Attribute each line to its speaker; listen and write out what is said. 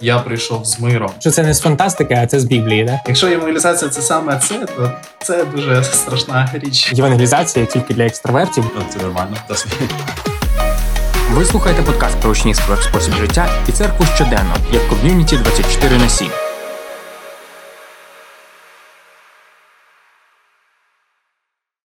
Speaker 1: Я прийшов з миром.
Speaker 2: Що це не з фантастики, а це з Біблії, да?
Speaker 1: Якщо євангелізація це саме це, то це дуже страшна річ.
Speaker 2: Євангелізація тільки для екстравертів.
Speaker 3: Ну, Це нормально.
Speaker 4: Ви слухаєте подкаст про учнівство як спосіб життя і церкву щоденно, як ком'юніті 24 на 7.